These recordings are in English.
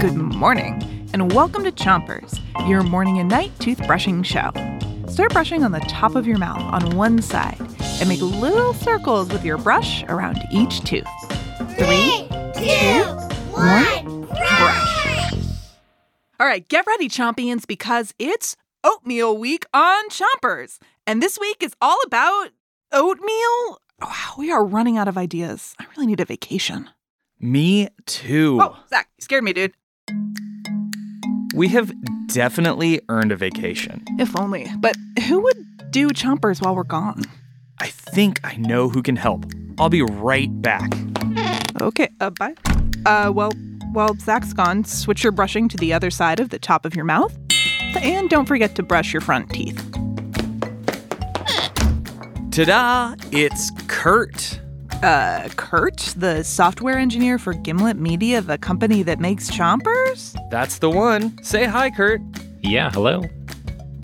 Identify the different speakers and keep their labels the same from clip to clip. Speaker 1: Good morning, and welcome to Chompers, your morning and night toothbrushing show. Start brushing on the top of your mouth on one side and make little circles with your brush around each tooth. Three.
Speaker 2: two,
Speaker 1: one, All right, get ready, Chompians, because it's oatmeal week on Chompers. And this week is all about oatmeal. Wow, we are running out of ideas. I really need a vacation.
Speaker 3: Me too.
Speaker 1: Whoa, Zach, you scared me, dude.
Speaker 3: We have definitely earned a vacation.
Speaker 1: If only. But who would do chompers while we're gone?
Speaker 3: I think I know who can help. I'll be right back.
Speaker 1: Okay, uh, bye. Uh, well, while Zach's gone, switch your brushing to the other side of the top of your mouth. And don't forget to brush your front teeth.
Speaker 3: Ta da! It's Kurt.
Speaker 1: Uh, Kurt, the software engineer for Gimlet Media, the company that makes chompers?
Speaker 3: That's the one. Say hi, Kurt.
Speaker 4: Yeah, hello.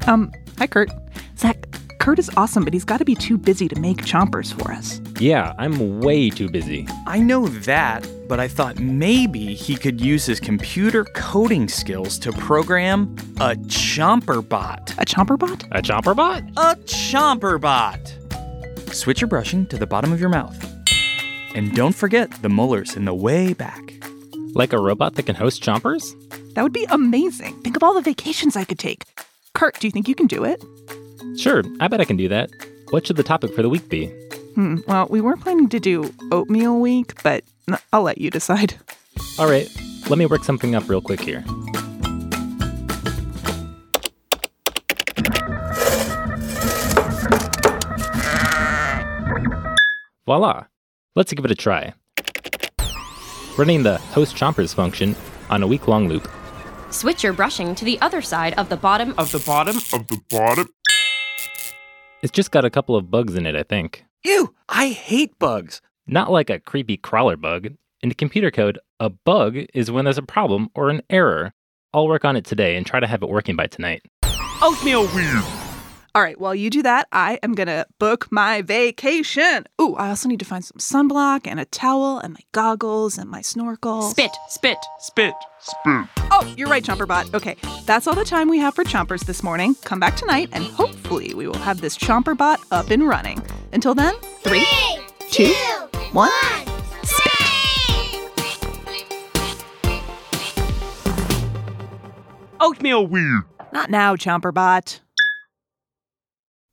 Speaker 1: Um, hi, Kurt. Zach, Kurt is awesome, but he's got to be too busy to make chompers for us.
Speaker 4: Yeah, I'm way too busy.
Speaker 3: I know that, but I thought maybe he could use his computer coding skills to program a chomper bot.
Speaker 1: A chomper bot?
Speaker 4: A chomper bot?
Speaker 3: A chomper bot! Switch your brushing to the bottom of your mouth. And don't forget the molars in the way back.
Speaker 4: Like a robot that can host chompers?
Speaker 1: That would be amazing. Think of all the vacations I could take. Kurt, do you think you can do it?
Speaker 4: Sure, I bet I can do that. What should the topic for the week be?
Speaker 1: Hmm, well, we were planning to do oatmeal week, but n- I'll let you decide.
Speaker 4: All right, let me work something up real quick here. Voila! Let's give it a try. Running the host chompers function on a week long loop.
Speaker 5: Switch your brushing to the other side of the bottom of the bottom.
Speaker 6: of the bottom
Speaker 4: It's just got a couple of bugs in it, I think.
Speaker 3: Ew, I hate bugs.
Speaker 4: Not like a creepy crawler bug. In computer code, a bug is when there's a problem or an error. I'll work on it today and try to have it working by tonight.
Speaker 6: oatmeal week.
Speaker 1: All right, while you do that, I am going to book my vacation. Ooh, I also need to find some sunblock and a towel and my goggles and my snorkel.
Speaker 5: Spit, spit.
Speaker 6: Spit. Spit.
Speaker 1: Oh, you're right, Chomperbot. Okay, that's all the time we have for Chompers this morning. Come back tonight, and hopefully, we will have this Chomperbot up and running. Until then, three, two, one.
Speaker 6: Oatmeal week.
Speaker 1: Not now, Chomperbot.